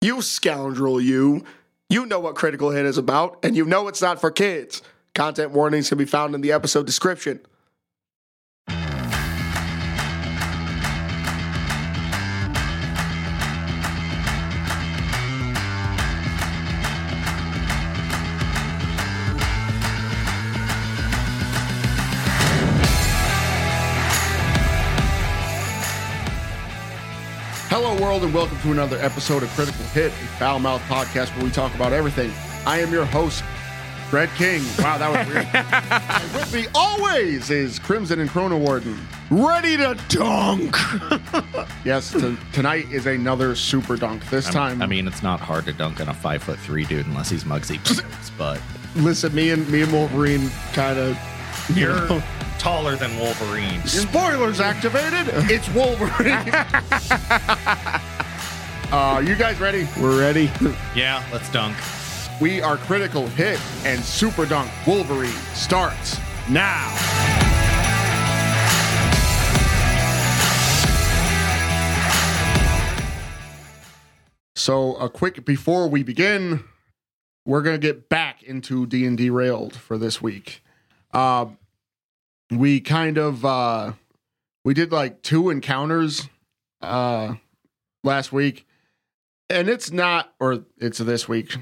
You scoundrel, you. You know what Critical Hit is about, and you know it's not for kids. Content warnings can be found in the episode description. Hello, world, and welcome to another episode of Critical Hit, a foul mouth podcast where we talk about everything. I am your host, Fred King. Wow, that was weird. And with me always is Crimson and Chrono Warden. ready to dunk. Yes, t- tonight is another super dunk. This time, I mean, it's not hard to dunk on a five foot three dude unless he's Muggsy Bogues, but Listen, me and me and Wolverine kind of you're taller than Wolverine. spoilers activated. It's Wolverine. uh, you guys ready? we're ready. Yeah, let's dunk. We are critical hit and super dunk. Wolverine starts now. So, a quick before we begin, we're gonna get back into D and D railed for this week. Uh, we kind of uh, we did like two encounters uh, last week, and it's not or it's this week.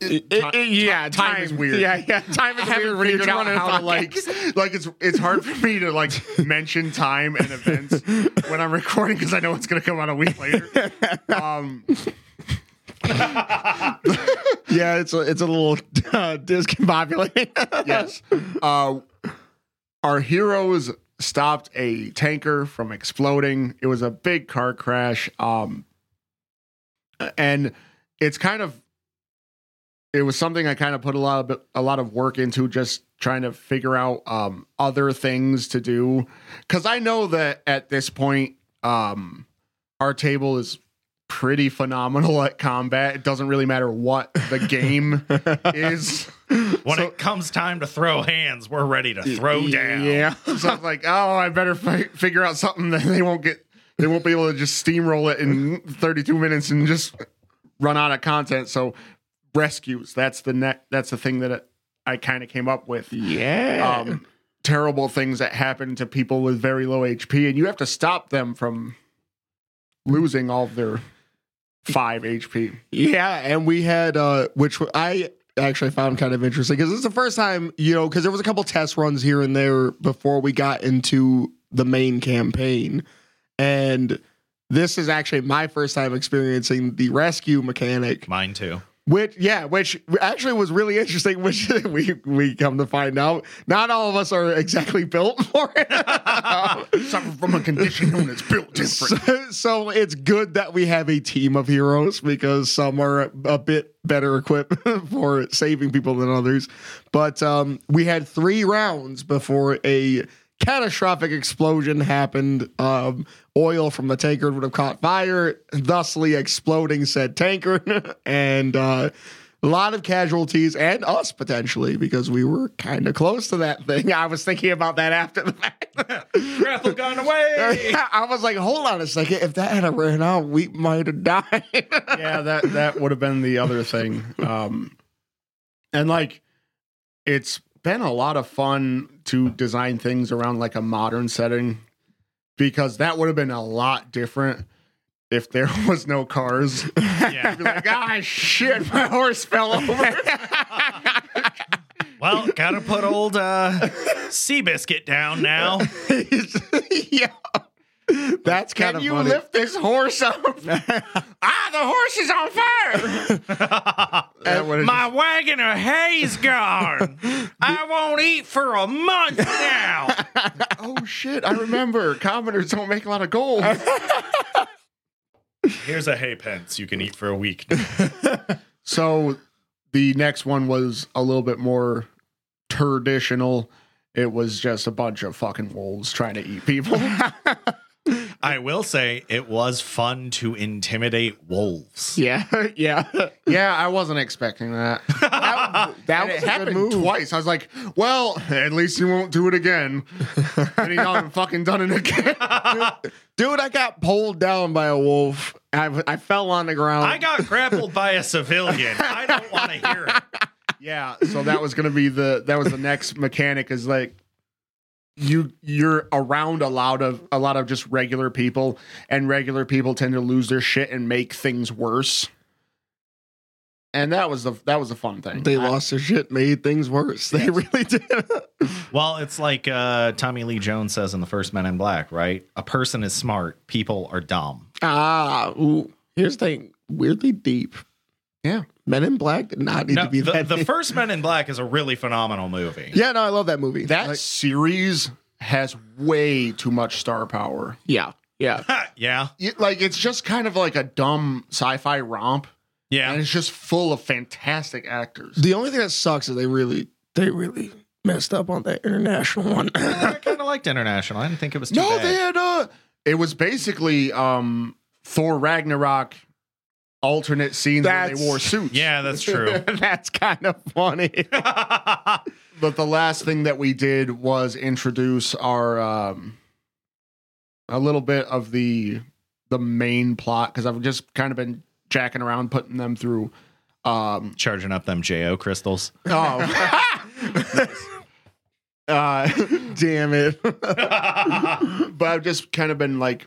yeah, time is weird. Yeah, yeah, time I is haven't weird when you're figured out doing it how on to like podcast. like it's it's hard for me to like mention time and events when I'm recording because I know it's gonna come out a week later. Um, Yeah, it's a, it's a little uh, discombobulating. yes, uh, our heroes stopped a tanker from exploding. It was a big car crash, um, and it's kind of it was something I kind of put a lot of a lot of work into just trying to figure out um, other things to do because I know that at this point um, our table is pretty phenomenal at combat. It doesn't really matter what the game is. When it comes time to throw hands, we're ready to throw down. Yeah, So I was like, oh, I better fi- figure out something that they won't get. They won't be able to just steamroll it in 32 minutes and just run out of content. So rescues. That's the net. That's the thing that I kind of came up with. yeah. Um, terrible things that happen to people with very low HP, and you have to stop them from losing all of their five HP. Yeah, and we had uh which I actually found kind of interesting because it's the first time, you know, because there was a couple test runs here and there before we got into the main campaign. And this is actually my first time experiencing the rescue mechanic, Mine too. which yeah, which actually was really interesting, which we we come to find out not all of us are exactly built for it. Suffer from a condition known as built different. So, so it's good that we have a team of heroes because some are a bit better equipped for saving people than others. But um, we had three rounds before a catastrophic explosion happened. Um, oil from the tanker would have caught fire, thusly exploding said tanker, and uh, a lot of casualties and us potentially because we were kind of close to that thing. I was thinking about that after the fact. Grapple gun away. Yeah, I was like, hold on a second. If that had ran out, we might have died. yeah, that that would have been the other thing. Um, and like, it's been a lot of fun to design things around like a modern setting because that would have been a lot different if there was no cars. Yeah. You'd be like, ah, shit, my horse fell over. Well, gotta put old uh, Seabiscuit down now. yeah. That's kind Can of you funny. lift this horse up? ah, the horse is on fire. That would've My wagon of hay's gone. I won't eat for a month now. just- oh shit! I remember. Commoners don't make a lot of gold. Here's a hay pence you can eat for a week. So the next one was a little bit more traditional. It was just a bunch of fucking wolves trying to eat people. I will say it was fun to intimidate wolves. yeah, yeah. yeah, I wasn't expecting that. that, that And was it a good happened move. twice. I was like, well, at least you won't do it again. and he not fucking done it again. Dude, I got pulled down by a wolf. I, I fell on the ground. I got grappled by a civilian. I don't want to hear it. yeah. So that was gonna be the that was the next mechanic is like you you're around a lot of a lot of just regular people, and regular people tend to lose their shit and make things worse. And that was the that was a fun thing. they lost their shit, made things worse. They really did. Well, it's like uh, Tommy Lee Jones says in the first Men in Black, right? A person is smart, people are dumb. ah, ooh. here's the thing. Weirdly deep. Yeah. Men in Black did not need No, to be the, that. the deep. first Men in Black is a really phenomenal movie. yeah, no, I love that movie. that Like, series has way too much star power. yeah, yeah. Yeah. Y- Like it's just kind of like a dumb sci-fi romp, and Yeah. it's just full of fantastic actors. The only thing that sucks is they really, they really messed up on that international one. I kind of liked International. I didn't think it was too No, bad. they had uh it was basically um Thor Ragnarok alternate scenes where That's- they wore suits. yeah, that's true. That's kind of funny. But the last thing that we did was introduce our um a little bit of the the main plot because I've just kind of been jacking around putting them through um Charging up them JO crystals. oh uh Damn it. but I've just kind of been like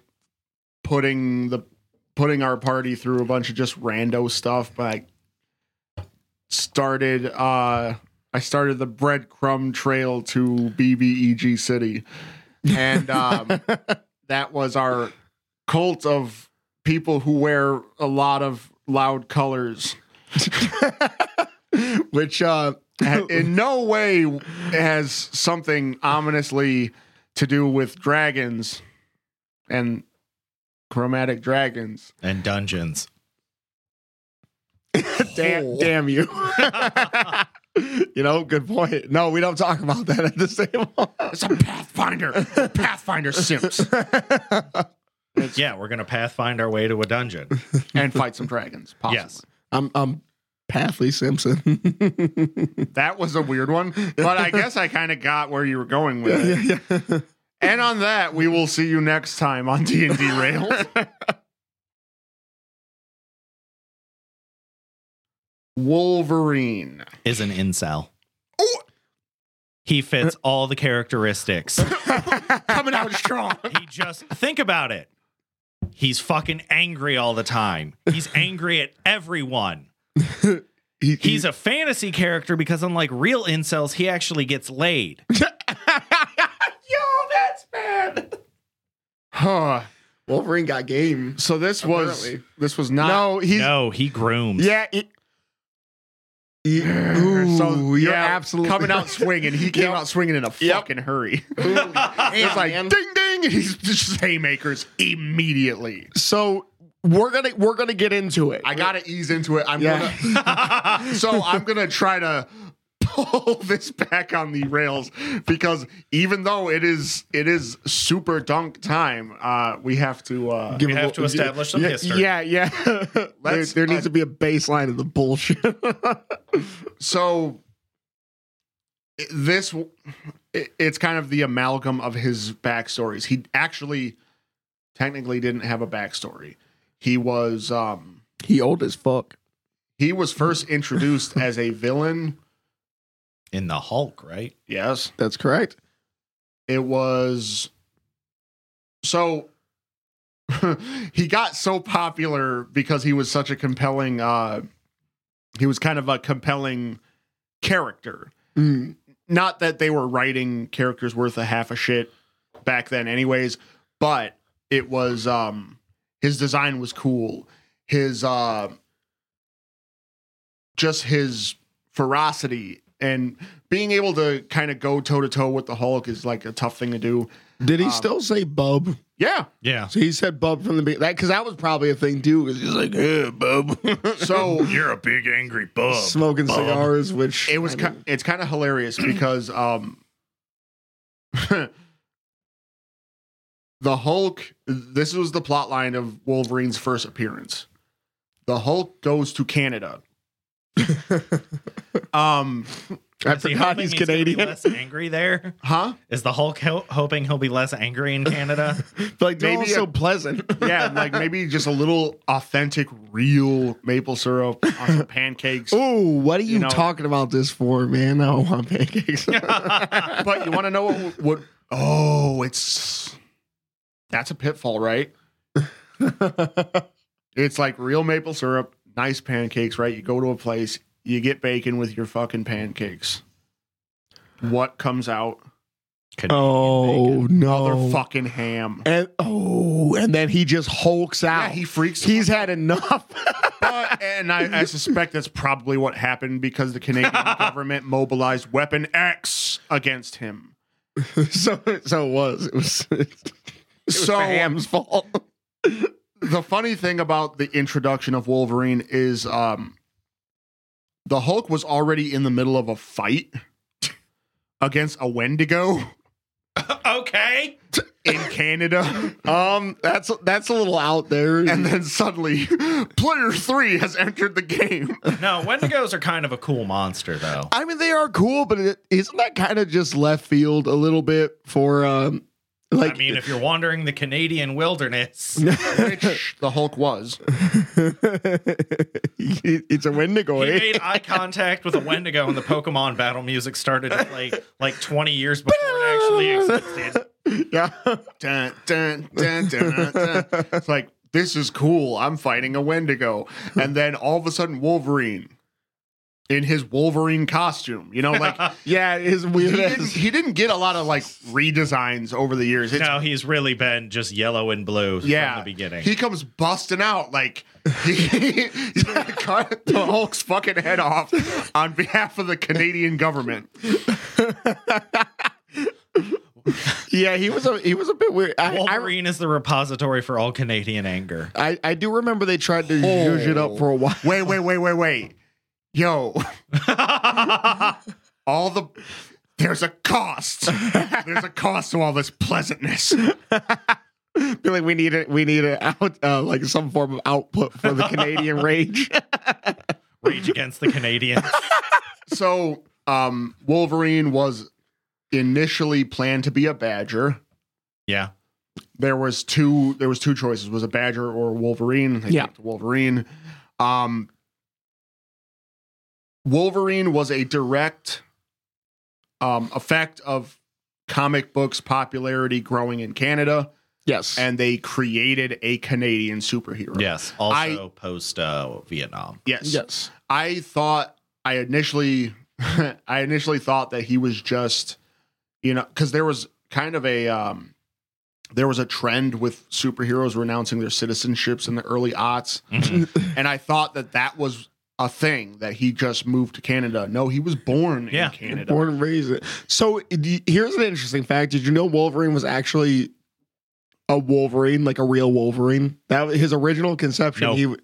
putting the putting our party through a bunch of just rando stuff. But I started uh I started the breadcrumb trail to BBEG City, and um, that was our cult of people who wear a lot of loud colors. Which, uh, In no way has something ominously to do with dragons and chromatic dragons. And dungeons. Oh. damn, damn you. you know, good point. No, we don't talk about that at this table. It's a Pathfinder. Pathfinder simps. Yeah, we're gonna pathfind our way to a dungeon. and fight some dragons, possibly. Yes. I'm, I'm Pathley Simpson. That was a weird one, but I guess I kind of got where you were going with it. And on that, we will see you next time on D&D Rails. Wolverine. Is an incel. Oh! He fits all the characteristics. Coming out strong. He just think about it. He's fucking angry all the time. He's angry at everyone. He- He's a fantasy character because unlike real incels, he actually gets laid. Huh. Wolverine got game. So this was Apparently. this was not no, he's No, he grooms. yeah. He, he- ooh, so you're yeah, absolutely coming out swinging. He came Yep. out swinging in a Yep. fucking hurry. it's It's like ding ding. and He's just haymakers immediately. so we're gonna we're gonna get into it. I gotta ease into it. I'm Yeah. gonna so I'm gonna try to pull this back on the rails because even though it is it is super dunk time, uh, we have to uh, Give We a have little- to establish some yeah, history. Yeah, yeah. There- there, Let's- needs to be a baseline of the bullshit. so i- this i- it's kind of the amalgam of his backstories he actually technically didn't have a backstory he was um he old as fuck. he was first introduced as a villain In the Hulk, right? yes That's correct. it was so he got so popular because he was such a compelling uh he was kind of a compelling character Mm. not that they were writing characters worth a half a shit back then anyways but it was um his design was cool his uh just his ferocity and being able to kind of go toe to toe with the hulk is like a tough thing to do Did he Um, still say bub? yeah Yeah. So he said bub from the beginning. That because that was probably a thing too. Because he's like, yeah, bub, so You're a big angry bug. smoking bub. cigars. Which it was I ki- mean, it's kind of hilarious because um the hulk this was the plot line of wolverine's first appearance the hulk goes to canada Um, I Is he forgot hoping he's gonna be Canadian. less angry there. huh? Is the Hulk ho- hoping he'll be less angry in Canada? Like they're all Maybe so a- pleasant. Yeah, like maybe just a little authentic, real maple syrup on some pancakes. Oh, what are you, know- talking about this for, man? I don't want pancakes. But you want to know what, what? Oh, it's that's a pitfall, right? it's like real maple syrup, nice pancakes, right? You go to a place, you get bacon with your fucking pancakes. What comes out? oh no! Motherfucking ham. And oh, and then he just hulks out. Yeah, he freaks. He's had enough. But- and I, I suspect that's probably what happened because the Canadian government mobilized Weapon X against him. so so it was. It was, it was So- the ham's fault. the funny thing about the introduction of Wolverine is um the Hulk was already in the middle of a fight against a Wendigo Okay. in Canada. Um, that's that's a little out there. And then suddenly, player three has entered the game. No, Wendigos are kind of a cool monster, though. I mean, they are cool, but it, isn't that kind of just left field a little bit for um, like I mean, if you're wandering the Canadian wilderness, Which the Hulk was. it- it's a Wendigo. he eh? made eye contact with a Wendigo, and the Pokemon battle music started to play like 20 years before it actually existed. Yeah, Dun, dun, dun, dun, dun, dun. It's like, this is cool. I'm fighting a Wendigo. And then all of a sudden, Wolverine in his Wolverine costume. You know, like yeah, it is he weird. didn't, As, he didn't get a lot of like redesigns over the years. It's, No, he's really been just yellow and blue yeah, from the beginning. he comes busting out like he, he's gonna cut the Hulk's fucking head off on behalf of the Canadian government. yeah, he was a he was a bit weird. I, I, Wolverine is the repository for all Canadian anger. I I do remember they tried to zhuzh it up for a while. Wait, wait, wait, wait, wait, yo, all the. There's a cost. There's a cost to all this pleasantness. Be like we need it. We need it out uh, like some form of output for the Canadian rage. Rage against the Canadians. So, um, Wolverine was initially planned to be a badger. Yeah. there was two there was two choices was a badger or a wolverine they Yeah. picked wolverine um wolverine was a direct um effect of comic books popularity growing in canada Yes, and they created a canadian superhero Yes. Also post uh, Vietnam. yes yes. I thought I initially I initially thought that he was just you know cuz there was kind of a um there was a trend with superheroes renouncing their citizenships in the early aughts and I thought that that was a thing that he just moved to Canada. No, he was born Yeah. in Canada. Born and raised. it. So d- here's an interesting fact. Did you know Wolverine was actually a Wolverine, like a real Wolverine? That was his original conception. No. He w-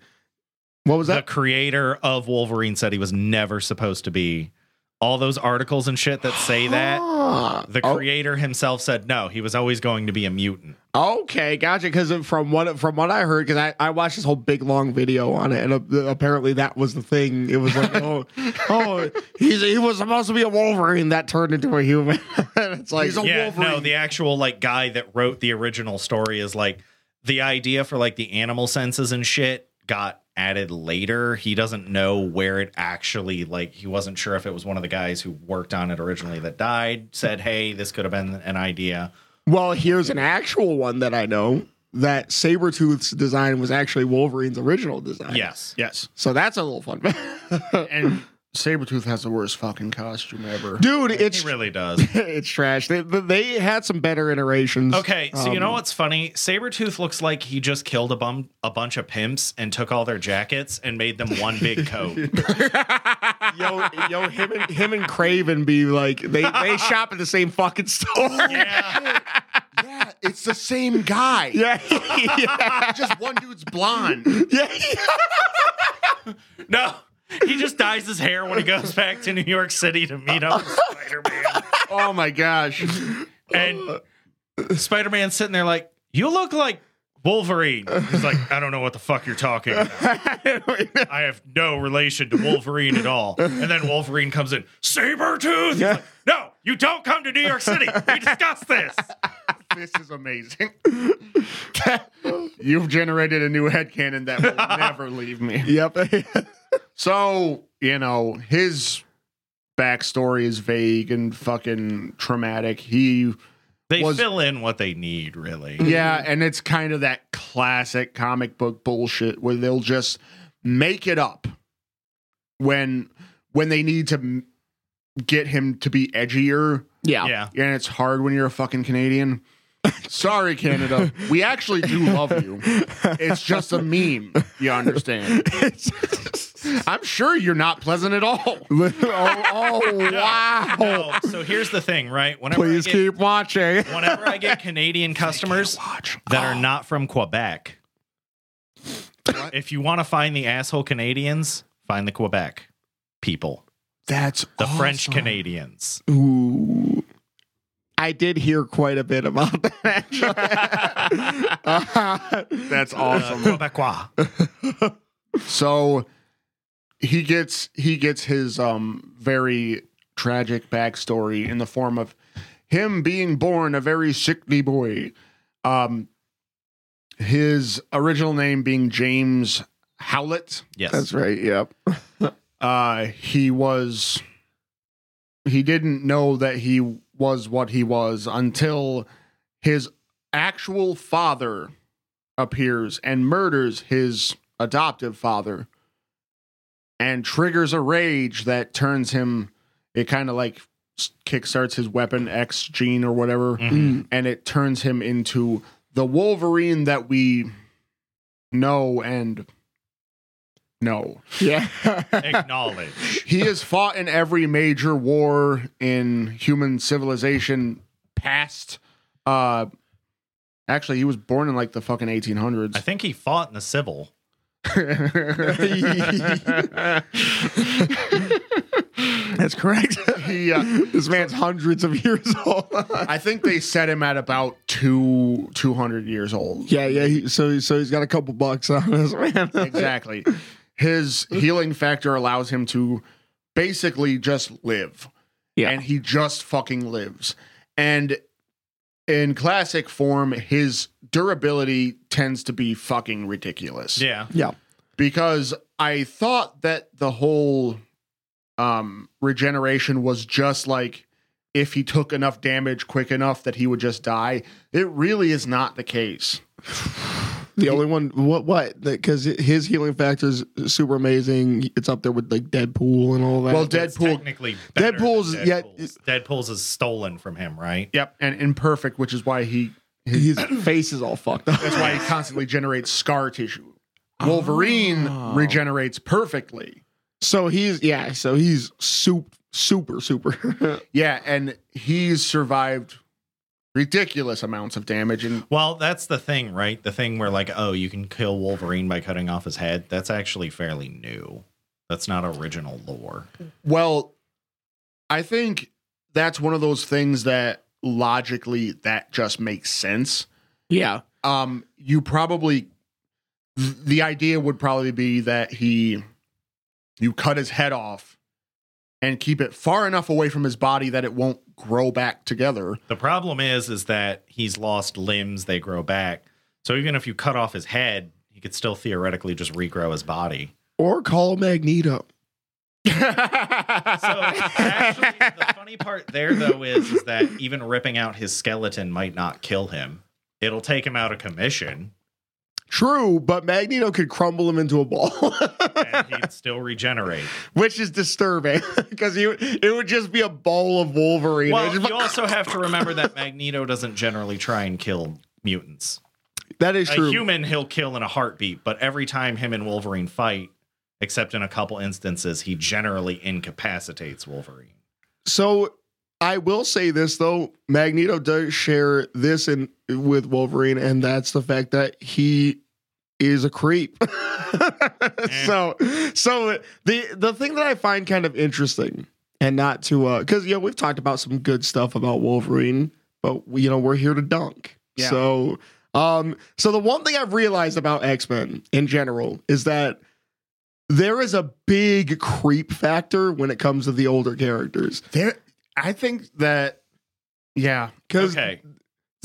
what was the that? creator of Wolverine said he was never supposed to be. All those articles and shit that say that. Ah, The oh, creator himself said no, he was always going to be a mutant. okay, gotcha. Because from what from what I heard, because I, I watched this whole big long video on it, and uh, apparently that was the thing. It was like, oh, oh, he's, he was supposed to be a Wolverine that turned into a human. it's like, He's a- yeah, no, Wolverine. the actual like guy that wrote the original story is like the idea for like the animal senses and shit got added later. He doesn't know where it actually like he wasn't sure if it was one of the guys who worked on it originally that died said, "Hey, this could have been an idea." Well, here's an actual one that I know that Sabretooth's design was actually Wolverine's original design. Yes. Yes. So that's a little fun. Uh, And Sabretooth has the worst fucking costume ever. Dude, it's He really does. it's trash. They, they had some better iterations. Okay, so you Um, know what's funny? Sabretooth looks like he just killed a bum a bunch of pimps and took all their jackets and made them one big coat. yo, yo, him and him and Craven be like they they shop at the same fucking store. yeah. Yeah, it's the same guy. Yeah, Just one dude's blonde. yeah. No. He just dyes his hair when he goes back to New York City to meet up with Spider-Man. Oh my gosh. And Spider-Man's sitting there like, "You look like Wolverine. He's like, I don't know what the fuck you're talking about. I have no relation to Wolverine at all. And then Wolverine comes in, Sabretooth. He's like, no, you don't come to New York City. We discussed this. This is amazing. You've generated a new headcanon that will never leave me. Yep. So, you know, his backstory is vague and fucking traumatic. He, They Was- fill in what they need, really. yeah, and it's kind of that classic comic book bullshit where they'll just make it up when when they need to m- get him to be edgier yeah. Yeah. and it's hard when you're a fucking Canadian. Sorry, Canada. We actually do love you. It's just a meme. You understand? I'm sure you're not pleasant at all. oh, oh, wow. No, so here's the thing, right? Whenever Please I get, keep watching. whenever I get Canadian customers Watch. that are not from Quebec, if you want to find the asshole Canadians, find the Quebec people, That's the French Canadians. Uh, Ooh. I did hear quite a bit about that. actually. Uh, That's Uh, awesome. Quebecois. so he gets he gets his um very tragic backstory in the form of him being born a very sickly boy. Um his original name being James Howlett. Yes. that's right. Yep. uh he was he didn't know that he was what he was until his actual father appears and murders his adoptive father and triggers a rage that turns him it kind of like s- kickstarts his weapon x gene or whatever Mhm. and it turns him into the wolverine that we know and know Yeah. Acknowledge. he has fought in every major war in human civilization past uh actually he was born in like the fucking I 1800s think he fought in the Civil. that's correct. he uh, this man's hundreds of years old. i think they set him at about two 200 years old yeah, yeah. He, so, so he's got a couple bucks on us, man. exactly his healing factor allows him to basically just live Yeah. and he just fucking lives. And in classic form, his durability tends to be fucking ridiculous. Yeah. yeah. Because I thought that the whole um regeneration was just like if he took enough damage quick enough that he would just die. It really is not the case. The only one, what, what? Because his healing factor is super amazing. It's up there with like Deadpool and all that. Well, It's Deadpool technically better than Deadpool's- yeah, Deadpool's. Deadpool's is stolen from him, right? Yep, and imperfect, which is why he his face is all fucked up. That's why he constantly generates scar tissue. Wolverine regenerates perfectly. So he's yeah. So he's super super super. Yeah, and he's survived ridiculous amounts of damage. And Well, that's the thing, right? The thing where like, oh, you can kill Wolverine by cutting off his head. That's actually fairly new. That's not original lore. well, I think that's one of those things that logically that just makes sense. yeah. um you probably th- the idea would probably be that he you cut his head off and keep it far enough away from his body that it won't grow back together The problem is is that he's lost limbs, they grow back. So even if you cut off his head, he could still theoretically just regrow his body. Or call Magneto. So actually the funny part there though is, is that even ripping out his skeleton might not kill him. It'll take him out of commission True, but Magneto could crumble him into a ball, and he'd still regenerate. which is disturbing because you it would just be a ball of Wolverine. Well, It's just- you also have to remember that Magneto doesn't generally try and kill mutants. that is A true. human he'll kill in a heartbeat, but every time him and Wolverine fight, except in a couple instances, he generally incapacitates Wolverine. So I will say this though, Magneto does share this in with Wolverine, and that's the fact that he is a creep. so so the the thing that I find kind of interesting and not to uh because you know we've talked about some good stuff about Wolverine, but we, you know, we're here to dunk. Yeah. So Um, so the one thing I've realized about X Men in general is that there is a big creep factor when it comes to the older characters. There, I think that, yeah, Because Okay.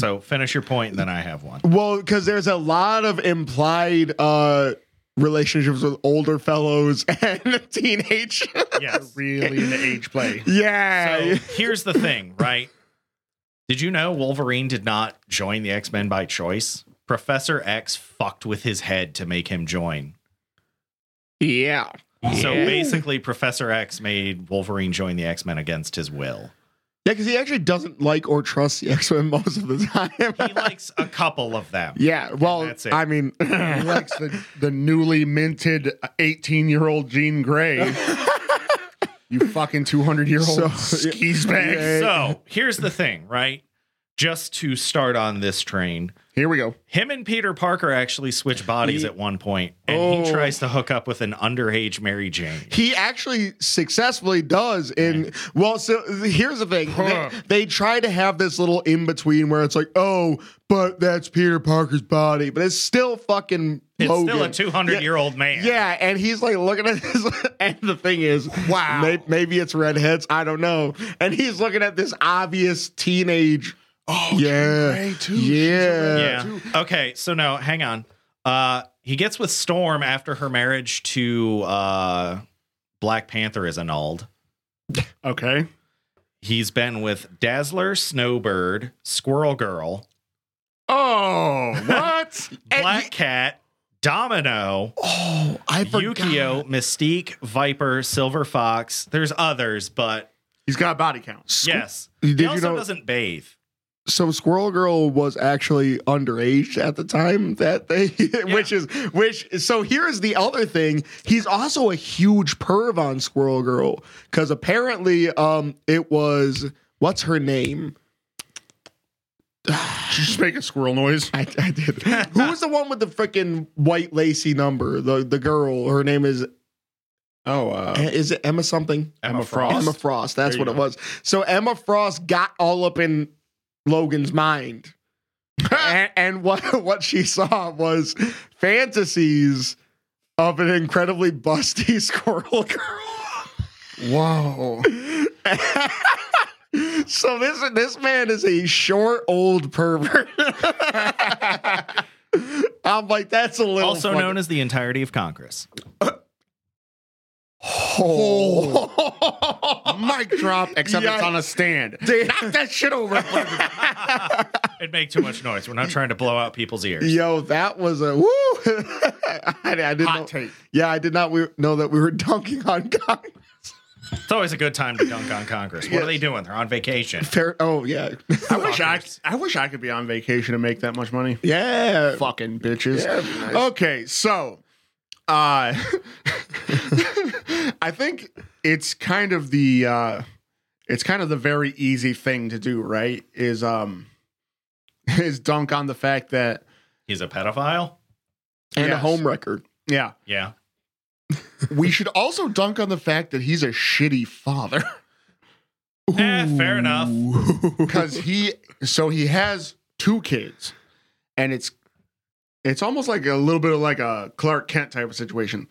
So finish your point, and then I have one. well, because there's a lot of implied uh relationships with older fellows and teenage. Yes. really into age play. yeah. So here's the thing, right? Did you know Wolverine did not join the X Men by choice? Professor X fucked with his head to make him join. yeah. So Yeah. basically, Professor X made Wolverine join the X Men against his will. Yeah, because he actually doesn't like or trust the X Men most of the He time. likes a couple of them. yeah, well, That's it. I mean, He likes the, the newly minted 18 year old Jean Grey. you fucking 200 year So- old skis bag. Yeah. So here's the thing, right? Just to start on this train, Here we go. him and Peter Parker actually switch bodies at one point, and he Oh. tries to hook up with an underage Mary Jane. he actually successfully does. And well, so here's the thing: Huh. they, they try to have this little in between where it's like, oh, but that's Peter Parker's body, but it's still fucking. It's still a Logan. 200 Yeah. year old man. Yeah, and he's like looking at this, and the thing is, Wow. may- maybe it's redheads, I don't know. And he's looking at this obvious teenage. Oh, Yeah. Grey too. She's Yeah. a redhead Yeah. Okay. So no, hang on. Uh, he gets with Storm after her marriage to uh, Black Panther is annulled. Okay. He's been with Dazzler, Snowbird, Squirrel Girl, Oh, what? Black Cat, Domino, Oh, I uh, Yukio, Mystique, Viper, Silver Fox. There's others, but He's got body counts. yes, Did he you also know- doesn't bathe. so Squirrel Girl was actually underage at the time that they, which is which. So here's the other thing: he's also a huge perv on Squirrel Girl because apparently, um, it was what's her name? She's just making squirrel noise. I, I did. Who was the one with the freaking white lacy number? The the girl. Her name is Oh, uh, E, is it Emma something? Emma Frost. Emma Frost. That's There what you it go. was. So Emma Frost got all up in Logan's mind, and, and what what she saw was fantasies of an incredibly busty squirrel girl. whoa. so this this man is a short old pervert. I'm like, that's a little Also known as the entirety of Congress. Mic drop, except Yeah. it's on a stand. Knock that shit over. It'd make too much noise. We're not trying to blow out people's ears. Yo, that was a woo! I, I didn't Hot know- take. Yeah, I did not we, know that we were dunking on God. It's always a good time to dunk on Congress. What are they doing? They're on vacation. Fair, oh yeah, I wish I, I wish I could be on vacation and make that much money. yeah. Fucking bitches. Yeah, that'd be nice. Okay, so uh I think it's kind of the uh it's kind of the very easy thing to do, right? Is um is dunk on the fact that He's a pedophile. And a Yes. home record. yeah, Yeah. we should also dunk on the fact that he's a shitty father. Eh, fair enough. because he so he has two kids and it's it's almost like a little bit of like a clark kent type of situation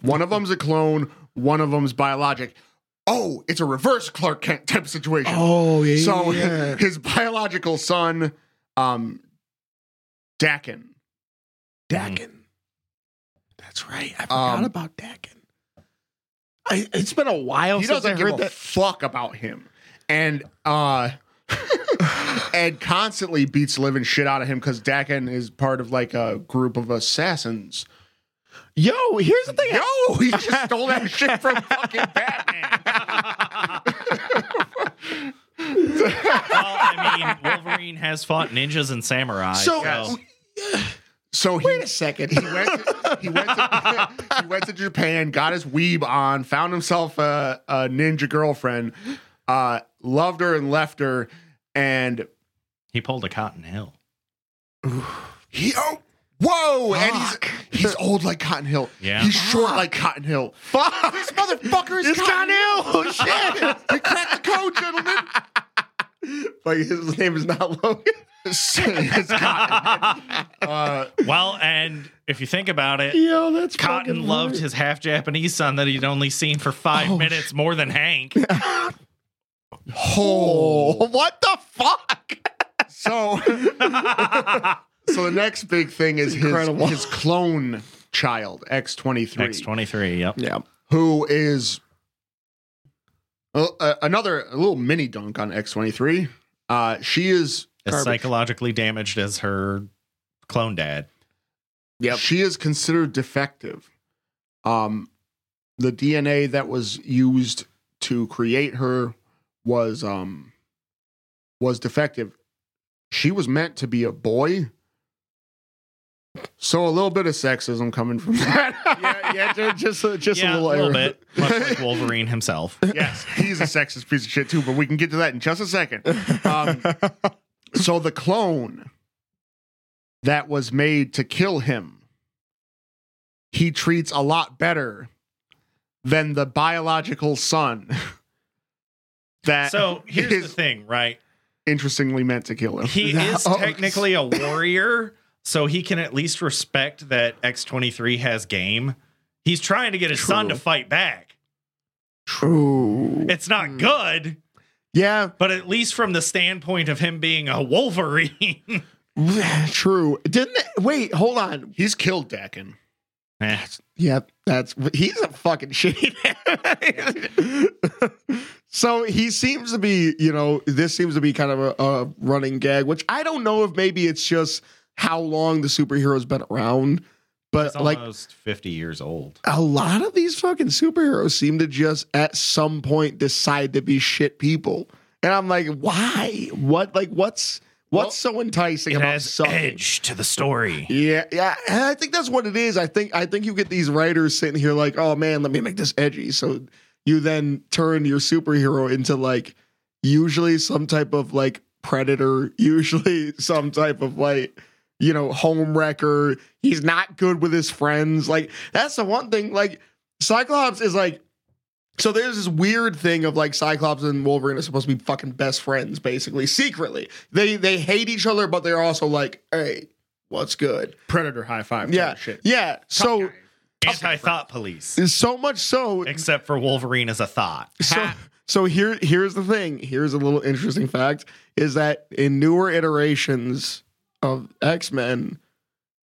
one of them's a clone one of them's biologic oh it's a reverse clark kent type of situation Oh yeah. so yeah. his biological son um dakin Dakin. That's right. I Um, about Dakin. I, it's been a while he since I doesn't give heard a that. fuck about him, and uh, and constantly beats the living shit out of him because Dakin is part of like a group of assassins. Yo, here's the thing. Yo, he just stole that shit from fucking Batman. Well, I mean, Wolverine has fought ninjas and samurai. So, So- So he Wait a second. he went to, he went to, he went to Japan, got his weeb on, found himself a, a ninja girlfriend, uh, loved her and left her, and he pulled a Cotton Hill. He oh whoa and he's he's old like Cotton Hill. Yeah. He's short like Cotton Hill. Fuck this motherfucker is It's Cotton Connell. Shit. Hill. We cracked the code, gentlemen. Like his name is not Logan. it's Cotton. Uh, Well, and if you think about it, Yo, that's Cotton loved his half Japanese son that he'd only seen for five Oh, minutes more than Hank. hole. Oh, What the fuck? so, so the next big thing is his, Incredible. his clone child X twenty X three, twenty three. Yep. Yeah. who is well, uh, another a little mini dunk on X twenty three. She is As Garbage. psychologically damaged as her clone dad. Yep. she is considered defective. Um, the DNA that was used to create her was um was defective. She was meant to be a boy. So a little bit of sexism coming from that. yeah, yeah, ju- just a, just yeah, a little, error. bit. Much like Wolverine himself. yes, he's a sexist piece of shit too, but we can get to that in just a second. Um, so the clone that was made to kill him, he treats a lot better than the biological son that So here's the is thing, right? interestingly meant to kill him. He is Oh. technically a warrior, so he can at least respect that X23 has game. He's trying to get his son to True. fight back. True. It's not good, Yeah, but at least from the standpoint of him being a Wolverine. true. Didn't it, wait, hold on. He's killed Dakin. Eh, Yep, that's he's a fucking shitty man. so he seems to be, you know, this seems to be kind of a, a running gag, which I don't know if maybe it's just how long the superhero's been around, but He's like almost 50 years old. a lot of these fucking superheroes seem to just at some point decide to be shit people. And I'm like, why? What like what's what's so enticing It about has something? edge to the story. Yeah, yeah. And I think that's what it is. I think I think you get these writers sitting here like, oh man, let me make this edgy. So you then turn your superhero into like usually some type of like predator, usually some type of like you know home wrecker. He's not good with his friends. Like that's the one thing. Like Cyclops is like. So there's this weird thing of like Cyclops and Wolverine are supposed to be fucking best friends, basically secretly. They they hate each other, but they're also like, hey, what's good? Predator high five. type Yeah, of Shit. yeah. So Anti thought police. so much so Except for Wolverine as a thought. so so here here's the thing. Here's a little interesting fact is that in newer iterations of X-Men,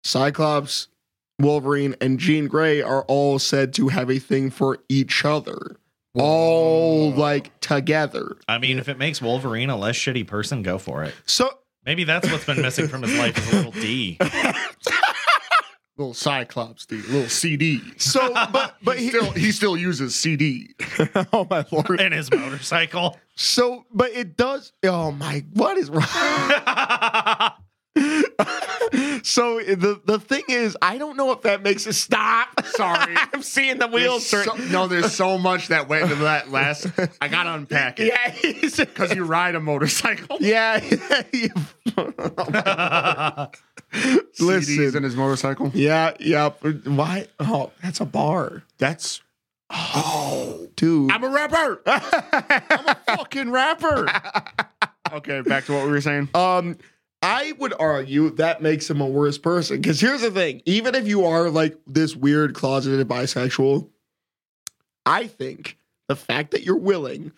Cyclops, Wolverine, and Jean Grey are all said to have a thing for each other. All like together. I mean, if it makes Wolverine a less shitty person, go for it. So Maybe that's what's been missing from his life is a little D. Little Cyclops, dude. Little CD. so but but He he, still, he still uses CD. oh my lord. and his motorcycle. So, but it does. Oh my, what is wrong? so the the thing is, I don't know if that makes it stop. Sorry. I'm seeing the wheels There's turn. so- no, there's so much that went into that last. I gotta unpack it yeah, he's- because you ride a motorcycle. yeah. CDs in Listen, his motorcycle. yeah, yeah. Why? Oh, that's a bar, That's dude. I'm a rapper. I'm a fucking rapper. Okay, back to what we were saying. Um, I would argue that makes him a worse person. Because here's the thing: even if you are like this weird closeted bisexual, I think the fact that you're willing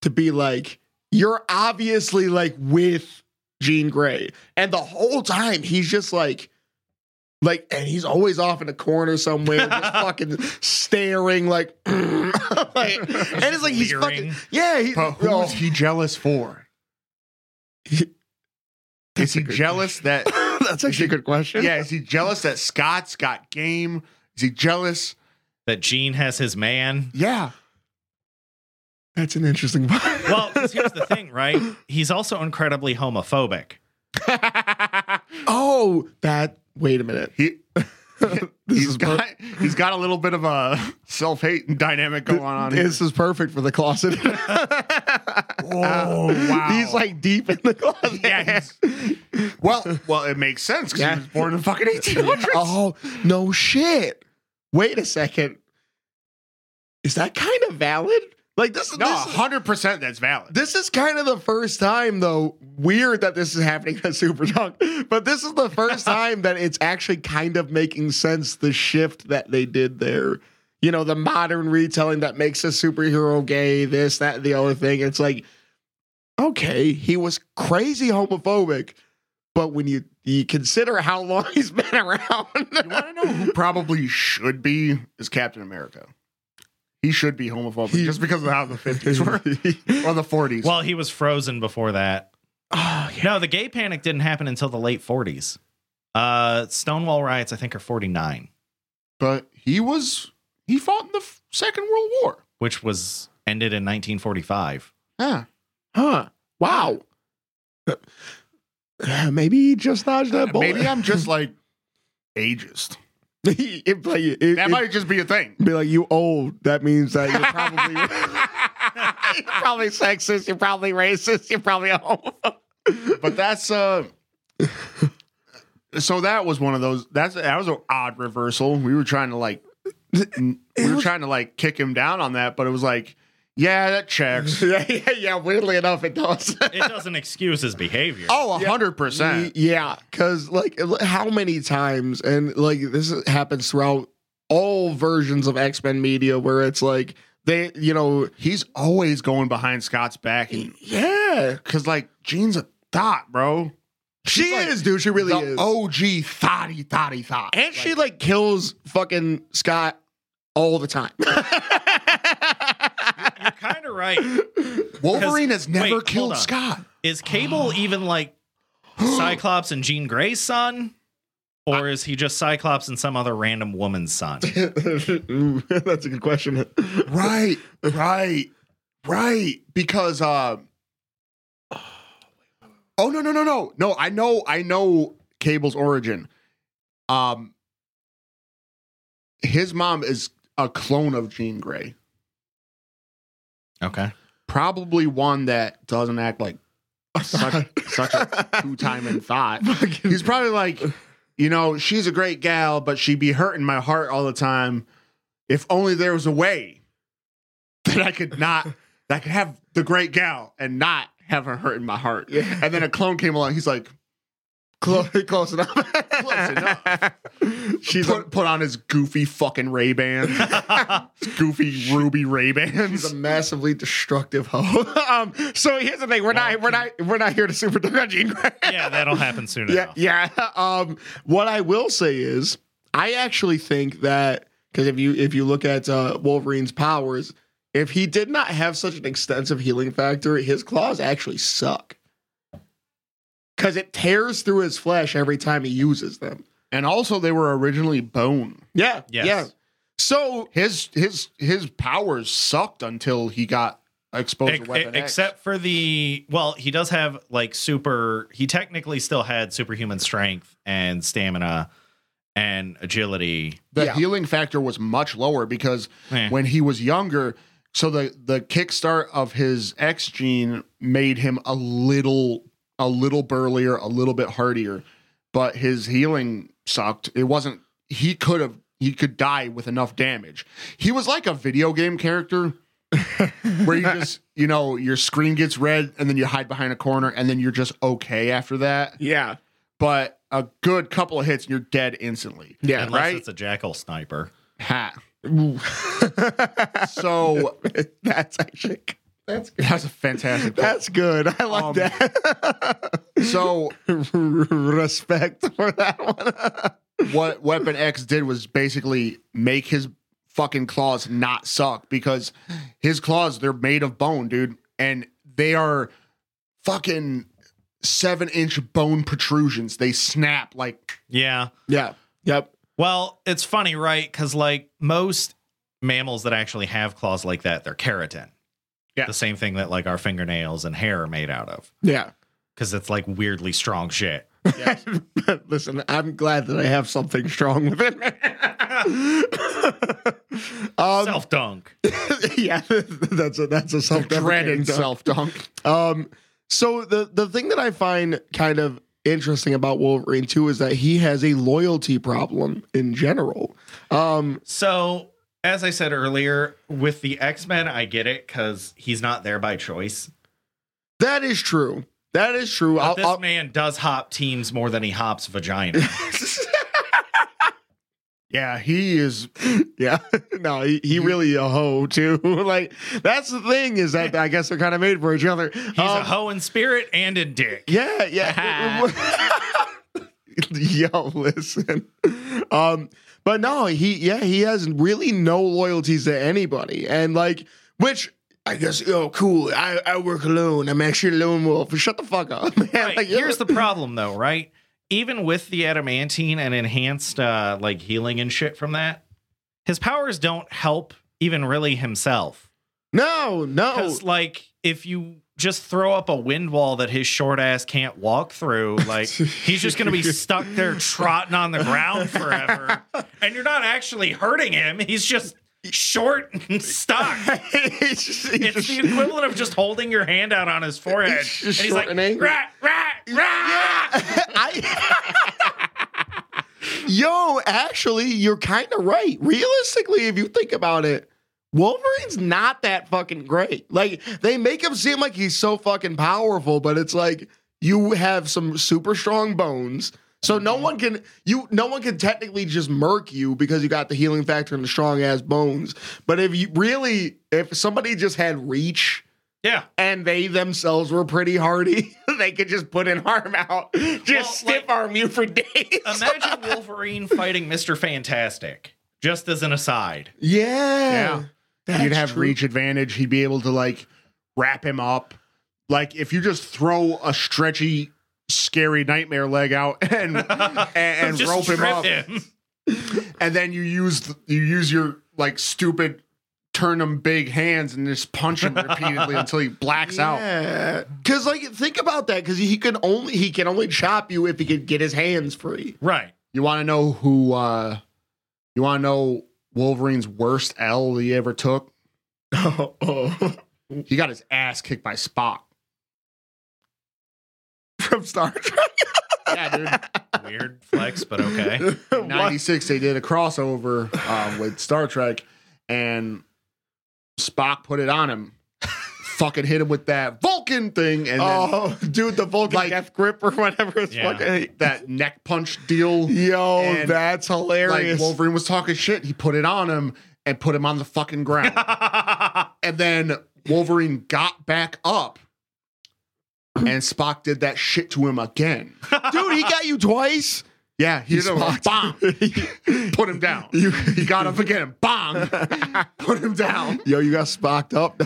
to be like you're obviously like with Jean Grey, and the whole time he's just like. Like and he's always off in a corner somewhere, just fucking staring, like, like- and it's like he's Leering. fucking, yeah, Oh. he's But who is he jealous for? Is he jealous that? that's actually a good question. Yeah, is he jealous that Scott's got game? Is he jealous? that Gene has his man. Yeah, That's an interesting one. Well, 'cause here's the thing, right? He's also incredibly homophobic. oh, that. Wait a minute. he This he's is per- got he's got a little bit of a self hate dynamic going on. Here. this is perfect for the closet. Oh wow! He's like deep in the closet. Yeah, well, well, it makes sense because Yeah. he was born in fucking eighteen hundred. oh no, shit. Wait a second. Is that kind of valid? Like this, No, this, is, hundred percent. That's valid. this is kind of the first time, though. Weird that this is happening at Super Dunk, but this is the first time that it's actually kind of making sense. The shift that they did there, you know, the modern retelling that makes a superhero gay, this, that, the other thing. It's like, okay, he was crazy homophobic, but when you you consider how long he's been you around, want to know who probably should be is Captain America. He should be homophobic He- just because of how the fifties were or the forties. Well, he was frozen before that. oh yeah. No, the gay panic didn't happen until the late 40s. Uh, Stonewall riots, I think, are 49, but he was he fought in the F- Second World War. which was ended in 1945. Yeah. Huh. Wow. Maybe he just dodged that bullet. Maybe I'm just like ageist. it, like, it, it, That might just be a thing. be like you old. That means that you're probably you're probably sexist. You're probably racist. You're probably a homophobe. But that's uh so that was one of those that's that was an odd reversal. We were trying to like n- we were trying to like kick him down on that, but it was like, yeah, that checks. yeah, yeah, yeah. Weirdly enough, it does. It doesn't excuse his behavior. Oh, a hundred percent. Yeah, because like how many times, and like this happens throughout all versions of X Men media, where it's like they, you know, He's always going behind Scott's back and yeah, cause like Jean's a thought, bro. she like is, dude. She really the is. OG thotty thotty thought. And she like kills fucking Scott all the time. You're kind of right. Wolverine has never wait, hold killed on. Scott. Is Cable even like Cyclops and Jean Grey's son? Or is he just Cyclops and some other random woman's son? Ooh, that's a good question. Right, right, right. Because uh Oh no no no no. No, I know I know Cable's origin. Um his mom is a clone of Jean Grey. Okay. Probably one that doesn't act like such such a two time in thought. He's probably like, you know, she's a great gal, but she be hurting my heart all the time. If only there was a way that I could not, that I could have the great gal and not have her hurting my heart. Yeah. And then a clone came along. He's like, close, close enough. Close enough. She's put, put on his goofy fucking Ray Ban, goofy ruby Ray He's Bans. a massively destructive hoe. um, so here's the thing: we're not, we're not, we're not here to super dunk on Jean Grey. Yeah, that'll happen soon yeah, enough. yeah. Um, what I will say is, I actually think that because if you if you look at uh, Wolverine's powers, if he did not have such an extensive healing factor, his claws actually suck because it tears through his flesh every time he uses them. And also, they were originally bone. Yeah, Yes. yeah. So His his his powers sucked until he got exposed Ex- e-, to Weapon X. except for the well, he does have like super. He technically still had superhuman strength and stamina and agility. the Yeah. healing factor was much lower because Eh. when he was younger so the the kickstart of his x gene made him a little a little burlier a little bit hardier but his healing sucked it wasn't he could have he could die with enough damage he was like a video game character where you just you know your screen gets red and then you hide behind a corner and then you're just okay after that yeah, but a good couple of hits and you're dead instantly yeah. Unless right? it's a jackal sniper. ha Ooh. so that's actually that's good. That's a fantastic. point. That's good. I like Um, that. so Respect for that one. what Weapon X did was basically make his fucking claws not suck because his claws they're made of bone, dude, and they are fucking seven inch bone protrusions. They snap like Yeah. Yeah. Yep. Well, it's funny, right? Because like most mammals that actually have claws like that, they're keratin. Yeah. The same thing that like our fingernails and hair are made out of. Yeah. Because it's like weirdly strong shit. Listen, I'm glad that I have something strong within me. um, Self dunk. yeah, that's a that's a self dreaded self dunk. Um, so the the thing that I find kind of interesting about Wolverine too is that he has a loyalty problem in general. Um, So as I said earlier, with the X Men, I get it because he's not there by choice. That is true. That is true. But I'll, this I'll, man does hop teams more than he hops vagina. Yeah, he is. yeah. No, he, he really a hoe too. like that's the thing is that I guess they're kind of made for each other. Um, He's a hoe in spirit and in dick. Yeah, yeah. Yo, listen. Um, but no, he yeah, he has really no loyalties to anybody. And like, which I guess, oh, cool. I, I work alone. I'm actually a lone wolf. Shut the fuck up, man. Right, Like, here's the problem, though, right? Even with the adamantine and enhanced uh, like healing and shit from that, his powers don't help even really himself. No, no. Because like if you just throw up a wind wall that his short ass can't walk through, like he's just gonna be stuck there trotting on the ground forever. And you're not actually hurting him. He's just short and stuck. it's just, It's the equivalent of just holding your hand out on his forehead. He's just And he's short like, and angry. rat, rat, rat. I- Yo, actually, you're kind of right. Realistically, if you think about it, Wolverine's not that fucking great. Like, they make him seem like he's so fucking powerful, but it's like you have some super strong bones. So no one can you no one can technically just murk you because you got the healing factor and the strong ass bones. But if you really if somebody just had reach, Yeah. and they themselves were pretty hardy. they could just put an arm out, just Well, stiff like- arm you for days. Imagine Wolverine fighting Mr. Fantastic, just as an aside. yeah. Yeah. That's You'd have true. reach advantage. He'd be able to like wrap him up. Like if you just throw a stretchy, scary nightmare leg out and and, and Just rope him strip up, and then you use you use your like stupid turn him big hands and just punch him repeatedly until he blacks out. Yeah. Cause like think about that, because he can only he can only chop you if he could get his hands free. Right. You want to know who? uh You want to know Wolverine's worst L he ever took? Oh, oh. He got his ass kicked by Spock. From Star Trek. Yeah, dude. Weird flex, but okay. Why- 96 they did a crossover um, with star trek and spock put it on him fucking hit him with that vulcan thing and then Oh, dude, the Vulcan Like- death grip or whatever. It's Yeah. fucking, that neck punch deal yo, And, that's like hilarious. wolverine was talking shit he put it on him and put him on the fucking ground and then wolverine got back up and spock did that shit to him again dude, he got you twice. yeah he He's did a Spock. bomb put him down he got up again bomb put him down Yo, you got spocked up,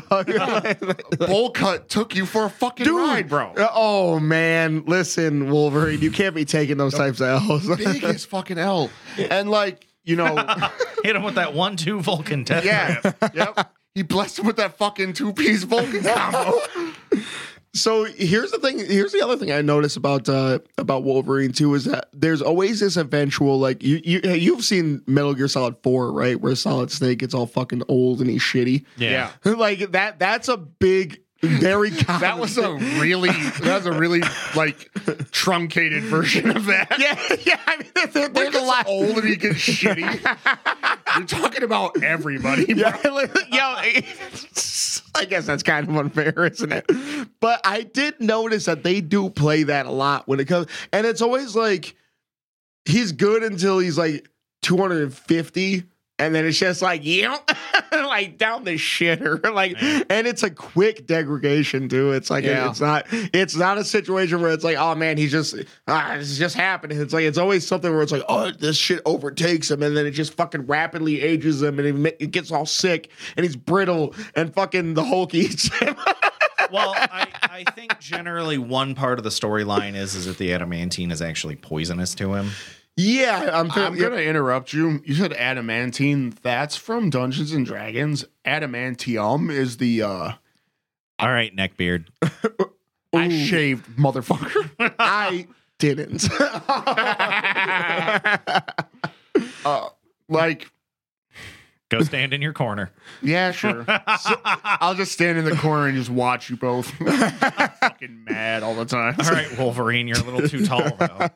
dog. bowl cut took you for a fucking ride, bro. Uh, Oh man, listen, Wolverine, you can't be taking those types of L's. Biggest fucking L. And like, you know, Hit him with that one two Vulcan death. yeah. grip. Yep. He blessed him with that fucking two piece Vulcan combo. so here's the thing. Here's the other thing I noticed about uh, about Wolverine too is that there's always this eventual like you you hey, you've seen Metal Gear Solid Four right where Solid Snake gets all fucking old and he's shitty. Yeah. like that. That's a big, very common That was thing. a really, that was a really like truncated version of that. yeah yeah. I mean, there- there- He there's a gets lot. old and he gets shitty. You're talking about everybody. bro. Yeah, like, yo, I guess that's kind of unfair, isn't it? But I did notice that they do play that a lot when it comes, and it's always like he's good until he's like 250, and then it's just like yep, like down the shitter, like, Man. and it's a quick degradation too. It's like Yeah. it's not, it's not a situation where it's like, oh man, he's just, ah, it's just happening. It's like it's always something where it's like, oh, this shit overtakes him, and then it just fucking rapidly ages him, and he ma- it gets all sick, and he's brittle, and fucking the Hulk eats him. Well, I, I think generally one part of the storyline is is that the adamantine is actually poisonous to him. yeah, I'm, I'm gonna interrupt you. You said adamantine. That's from Dungeons and Dragons. Adamantium is the uh All right, neckbeard. I shaved motherfucker. I didn't. like Go stand in your corner. Yeah, sure. So- I'll just stand in the corner and just watch you both. fucking mad all the time. All right, Wolverine, you're a little too tall though.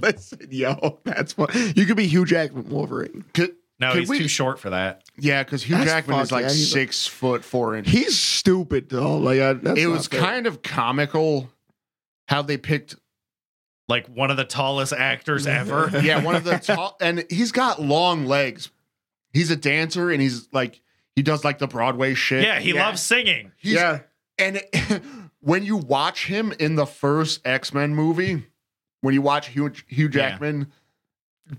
Listen, yo, that's what you could be Hugh Jackman Wolverine. Could- No, Could he's we- too short for that. Yeah, because Hugh That's Jackman is fucked, like yeah, he's a- six foot four inches. He's stupid though. Like I, that's it not was fair. kind of comical how they picked Like one of the tallest actors ever. yeah one of the tall and he's got long legs he's a dancer and he's like he does like the broadway shit Yeah, he loves singing. He's- yeah. and it- when you watch him in the first x-men movie when you watch hugh, hugh jackman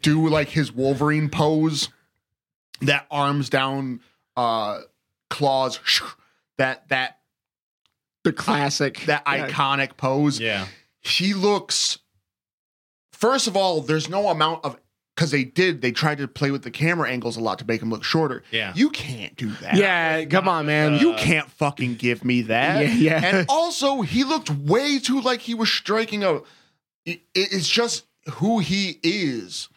do like his wolverine pose that arms down uh claws that that The classic. that Yeah. iconic pose Yeah. he looks first of all there's no amount of because they did they tried to play with the camera angles a lot to make him look shorter Yeah. you can't do that Yeah, come on, man. you can't fucking give me that Yeah, yeah. and also he looked way too like he was striking a it- it's just who he is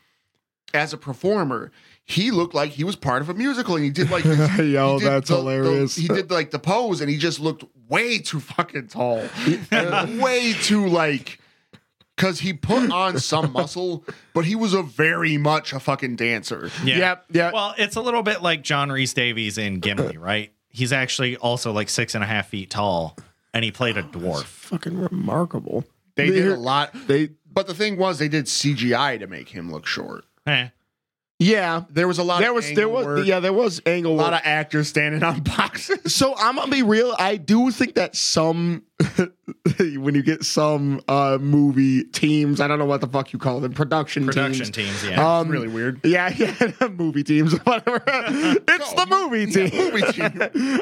as a performer he looked like he was part of a musical and he did like his- Yo, he did that's the- the- hilarious. he did like the pose, and he just looked way too fucking tall, and way too like, because he put on some muscle, but he was a very much a fucking dancer. Yeah. Yep, yep. Well, it's a little bit like John Reese Davies in Gimli, right? He's actually also like six and a half feet tall, and he played a dwarf. fucking remarkable. They did a lot, They but the thing was, they did CGI to make him look short. Eh. yeah. There was a lot. There of was there angle was work, yeah there was angle. a lot of actors standing on boxes. so I'm gonna be real. I do think that some when you get some uh movie teams, I don't know what the fuck you call them, production Production teams. teams, yeah. Um, really weird. Yeah, yeah, movie teams, whatever. it's the movie team.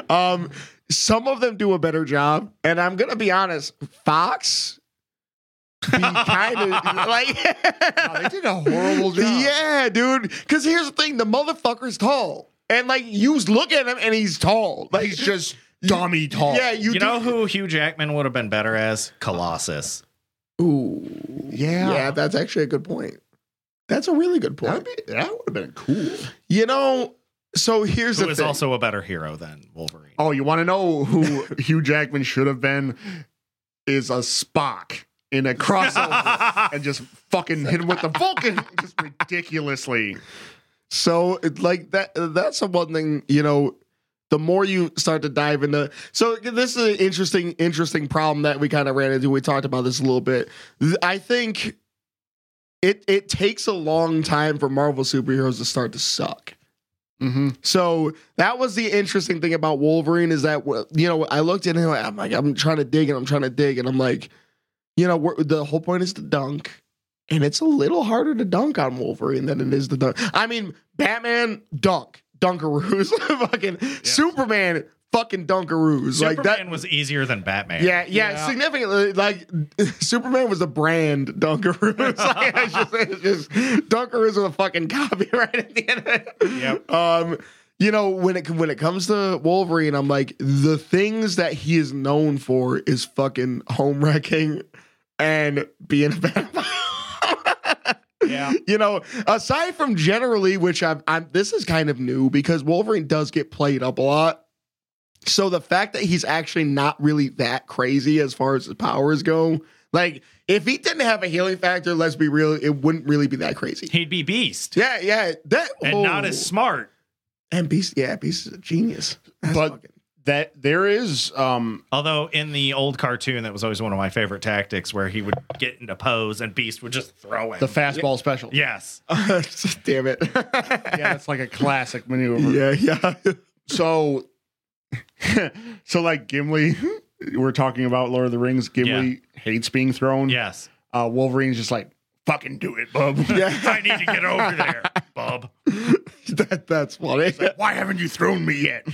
um, some of them do a better job, and I'm gonna be honest, Fox be kind of like, Wow, they did a horrible job. yeah, dude. Because here's the thing: the motherfucker's tall, and like you look at him, and he's tall. Like, he's just dummy tall. yeah, you, You, do- know who Hugh Jackman would have been better as? Colossus. Ooh, yeah. yeah, that's actually a good point. That's a really good That'd point. be- that would have been cool. You know, so here's Who the is thing. also a better hero than Wolverine. Oh, you want to know who Hugh Jackman should have been? Is a Spock in a crossover and just fucking hit him with the Vulcan just ridiculously. So it, like that that's the one thing, you know, the more you start to dive into so this is an interesting, interesting problem that we kind of ran into. We talked about this a little bit. Th- I think it it takes a long time for Marvel superheroes to start to suck. Mm-hmm. So that was the interesting thing about Wolverine is that well, you know I looked at him I'm like I'm trying to dig and I'm trying to dig and I'm like, you know we're, the whole point is to dunk, and it's a little harder to dunk on Wolverine than it is to dunk. I mean Batman dunk dunkaroos fucking Superman fucking dunkaroos Superman like that. was easier than Batman. Yeah, yeah, significantly. Like Superman was a brand Dunkaroos. like, it's just, it's just Dunkaroos with a fucking copyright at the end. Of it. Yep. Um, you know when it when it comes to Wolverine, I'm like the things that he is known for is fucking home wrecking and being a vampire. Yeah. You know, aside from generally, which I'm, I'm, this is kind of new because Wolverine does get played up a lot. So the fact that he's actually not really that crazy as far as his powers go, like if he didn't have a healing factor, let's be real, it wouldn't really be that crazy. He'd be Beast Yeah, yeah, that and oh. not as smart. and Beast, yeah, Beast is a genius. That's But- fucking- That there is um Although in the old cartoon, that was always one of my favorite tactics where he would get into pose and Beast would just throw him. the fastball special. yes. damn it, yeah, that's like a classic maneuver. yeah, yeah, So, so like Gimli, we're talking about Lord of the Rings. Gimli hates being thrown. Yes. Uh, Wolverine's just like fucking do it, bub. I need to get over there, Bub. that, that's funny. Why haven't you thrown me yet?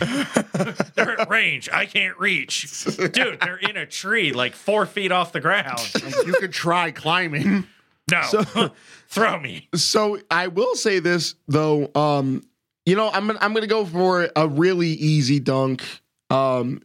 They're at range. I can't reach. Dude, they're in a tree like four feet off the ground. you could try climbing. No. Throw me. So I will say this though. Um, you know, I'm gonna, I'm gonna go for a really easy dunk. Um,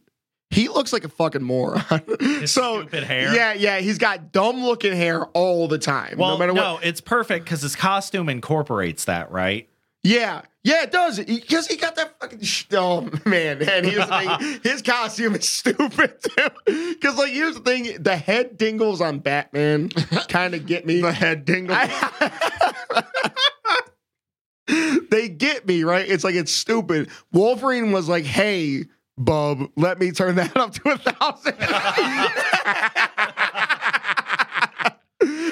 he looks like a fucking moron. His so stupid hair. yeah, yeah, he's got dumb looking hair all the time. Well, no matter no, what. it's perfect because his costume incorporates that, right? Yeah, yeah, it does. Because he got that fucking. Sh- oh man, and here's the thing: his costume is stupid too. Because like, here's the thing: the head dingles on Batman kind of get me. the head dingle. they get me, right? It's like it's stupid. Wolverine was like, hey, bub, let me turn that up to a thousand.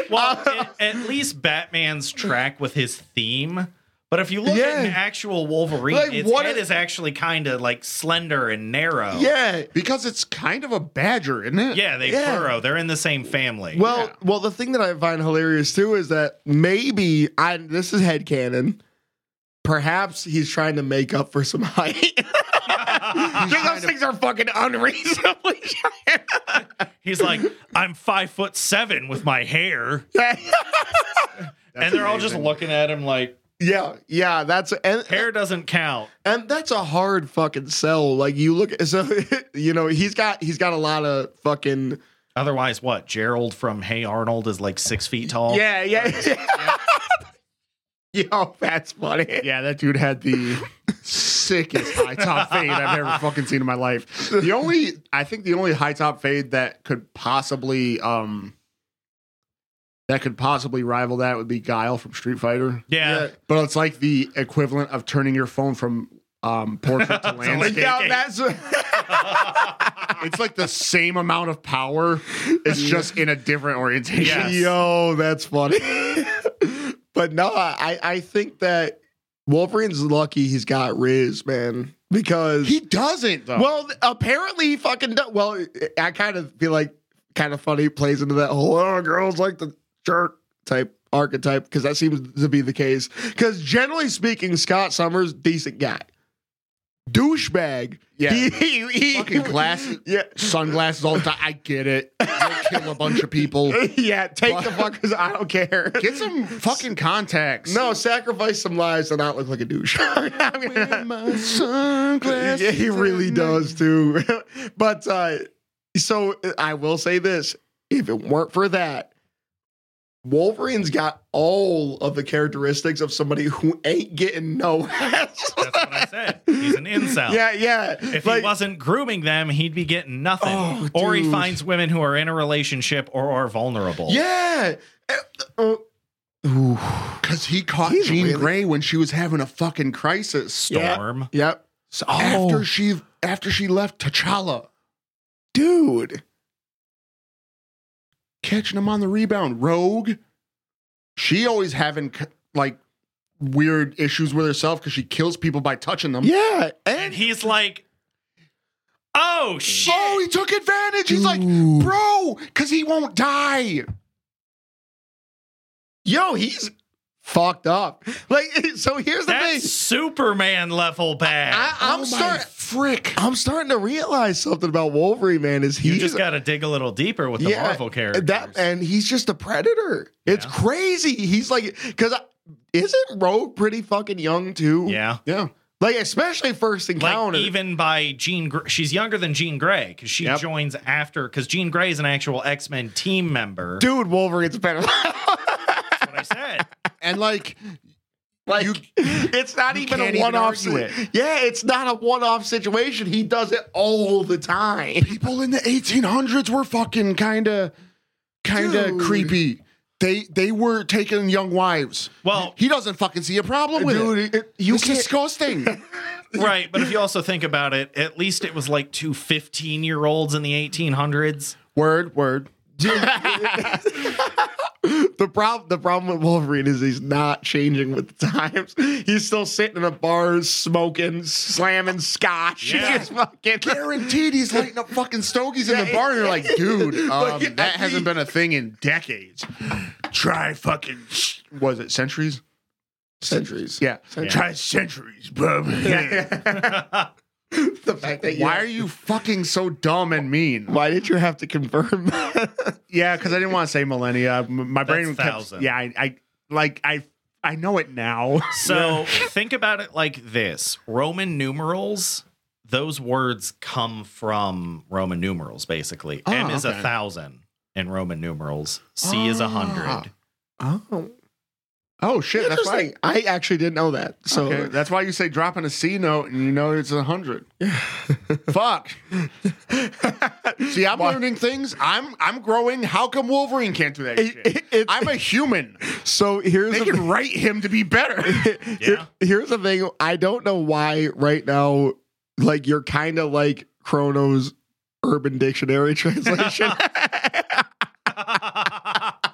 Well, Uh, at, at least Batman's track with his theme. But if you look at an Yeah. actual Wolverine, Like, its what head is- is actually kind of like slender and narrow. yeah. because it's kind of a badger, isn't it? Yeah, they Yeah. furrow. They're in the same family. Well, well, the thing that I find hilarious too is that maybe I this is headcanon. Perhaps he's trying to make up for some height. 'Cause those things are fucking unreasonably giant. He's like, I'm five foot seven with my hair. and they're all just amazing. looking at him like, yeah, yeah, that's and hair doesn't count. and that's a hard fucking sell. Like you look so you know, he's got he's got a lot of fucking Otherwise, what? Gerald from Hey Arnold is like six feet tall. Yeah, yeah. Yo, that's funny. Yeah, that dude had the sickest high top fade I've ever fucking seen in my life. The only, I think, the only high top fade that could possibly, um, that could possibly rival that would be Guile from Street Fighter. Yeah. But it's like the equivalent of turning your phone from um portrait to landscape. Yo, that's It's like the same amount of power. It's just in a different orientation. Yes. Yo, that's funny. but no, I, I think that Wolverine's lucky he's got Riz, man, because Oh. He doesn't though. well, th- apparently he fucking do- well. I kind of feel like kind of funny plays into that whole oh, girls like the jerk type archetype because that seems to be the case. Because generally speaking, Scott Summers decent guy, douchebag. Yeah. he, he, he fucking glasses, Yeah, sunglasses all the time. I get it. You'll kill a bunch of people. yeah. Take the fuckers. I don't care. Get some fucking contacts. No, sacrifice some lives to not look like a douche. I'm gonna- sunglasses. yeah, he really does too. but uh, so I will say this: if it weren't for that, Wolverine's got all of the characteristics of somebody who ain't getting no ass. That's what I said. He's an incel. yeah, yeah. If Like, he wasn't grooming them, he'd be getting nothing. Oh, or he dude. finds women who are in a relationship or are vulnerable. yeah. Uh, uh, ooh. Because he caught He's Jean really- Grey when she was having a fucking crisis. Storm. Yep. So Oh. After she after she left T'Challa, Dude. catching him on the rebound, Rogue. She always having c- like weird issues with herself because she kills people by touching them. Yeah. And And he's like, oh, shit. Oh, he took advantage. He's like, Dude. bro, because he won't die. yo, he's fucked up. Like, so here's the thing. That's Superman level bad. I, I'm oh starting. frick. I'm starting to realize something about Wolverine, man. Is he you just got to dig a little deeper with the Yeah, Marvel characters. that and he's just a predator. It's Yeah. crazy. He's like because isn't Rogue pretty fucking young too? yeah. Yeah, like especially first Like encounter. even by Jean, Gr- she's younger than Jean Grey because she Yep. joins after because Jean Grey is an actual X Men team member. Dude, Wolverine's better. That's what I said. and like, like You- it's not you even can't a even one-off. argue si- yeah, it's not a one-off situation. He does it all the time. people in the 1800s were fucking kind of, kind of Dude. creepy. They they were taking young wives. Well- he doesn't fucking see a problem with it. Dude, it- you It's can't. disgusting. right. But if you also think about it, at least it was like two 15 year olds in the 1800s. word word. The problem, the problem with Wolverine is he's not changing with the times. He's still sitting in a bar, smoking, slamming scotch. Yeah. Just fucking. Guaranteed, he's lighting up fucking stogies in the bar, and you're like, dude, um, Like, that hasn't been a thing in decades. Try fucking was it centuries? Centuries. Yeah, try centuries, bub. The fact that Why are you fucking so dumb and mean? Why did you have to confirm? that? Yeah, because I didn't want to say millennia. M- My brain kept. thousand. Yeah, I, I like I I know it now. So think about it like this Roman numerals, those words come from Roman numerals, basically. Ah, M is okay. a thousand in Roman numerals, C is a Ah. hundred, oh, Oh shit, that's why. Interesting. I actually didn't know that. So Okay, that's why you say dropping a C note and you know it's a hundred. Fuck. See, I'm learning things. I'm I'm growing. How come Wolverine can't do that It- shit? it- it- I'm a human. so here's They the can write him to be better. Yeah. here's the thing. I don't know why right now, like you're kind of like Chrono's Urban Dictionary translation.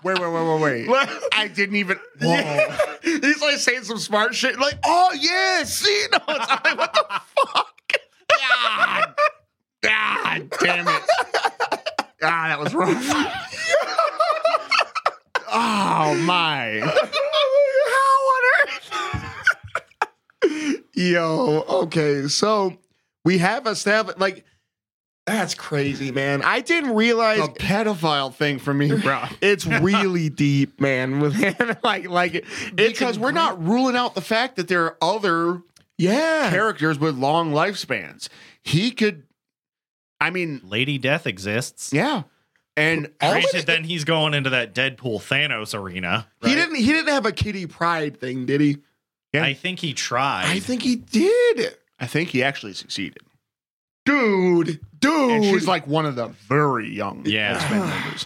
Wait, wait, wait, wait, wait. I didn't even. Whoa. He's like saying some smart shit, like, "Oh yeah, see, no, it's I'm like, what the fuck." God. God damn it. Ah, that was rough. oh my. Yo, okay, so we have established like that's crazy, man. I didn't realize A pedophile thing for me, bro. it's really deep, man. With like, like it, Because we're not ruling out the fact that there are other yeah. characters with long lifespans. He could, I mean, Lady Death exists. yeah. And Granted, then he's going into that Deadpool Thanos arena. He didn't. He didn't have a kitty pride thing, did he? I think he tried. I think he did, I think he actually succeeded. dude. Dude, And she's like one of the very young Yeah. X-Men members.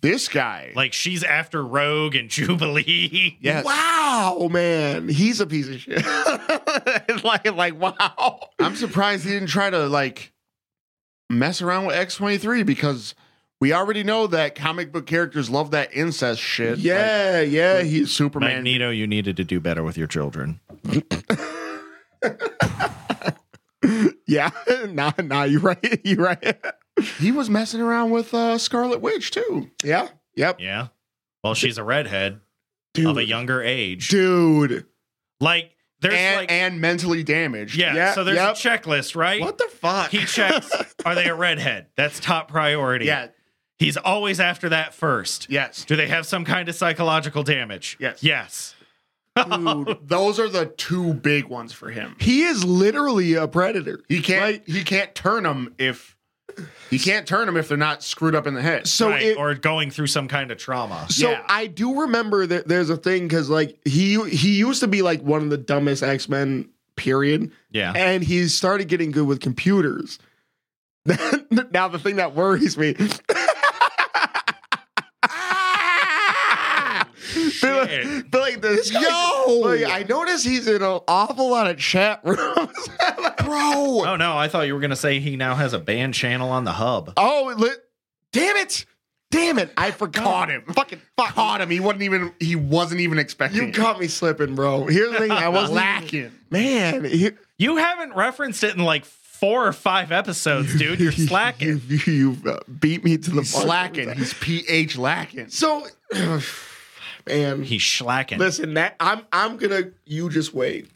This guy, like she's after Rogue and Jubilee. yes. wow, man, he's a piece of shit. like, like, wow. I'm surprised he didn't try to like mess around with X23 because we already know that comic book characters love that incest shit. Like, Yeah, yeah, he's Superman. Magneto, you needed to do better with your children. yeah. Nah, nah, you're right. You're right. He was messing around with uh, Scarlet Witch too. Yeah. Yep. Yeah. Well, she's a redhead of a Dude. younger age. Dude. Like there's And, like and mentally damaged. yeah, yeah, So there's a yep. checklist, right? What the fuck? He checks. Are they a redhead? That's top priority. Yeah. He's always after that first. Yes. Do they have some kind of psychological damage? Yes. Yes. Dude, those are the two big ones for him. He is literally a predator. He can't Right. he can't turn them if he can't turn them if they're not screwed up in the head. So right. it, or going through some kind of trauma. So Yeah. I do remember that there's a thing because like he he used to be like one of the dumbest X Men period, Yeah. and he started getting good with computers. now the thing that worries me. But like, but like this, guy- Yo! like, I notice he's in an awful lot of chat rooms, bro. Oh no, I thought you were gonna say he now has a band channel on the hub. Oh, li- damn it, damn it! I forgot. Caught him. Fucking fuck. Caught him. He wasn't even he wasn't even expecting. You caught me slipping, bro. Here's the thing: I was wasn't lacking. Man, you, You haven't referenced it in like four or five episodes, dude. You're slacking. You, you, you, uh, beat me to the punch. Slacking. He's ph lacking. So, man, He's slacking. listen, that I'm I'm gonna. You just wait.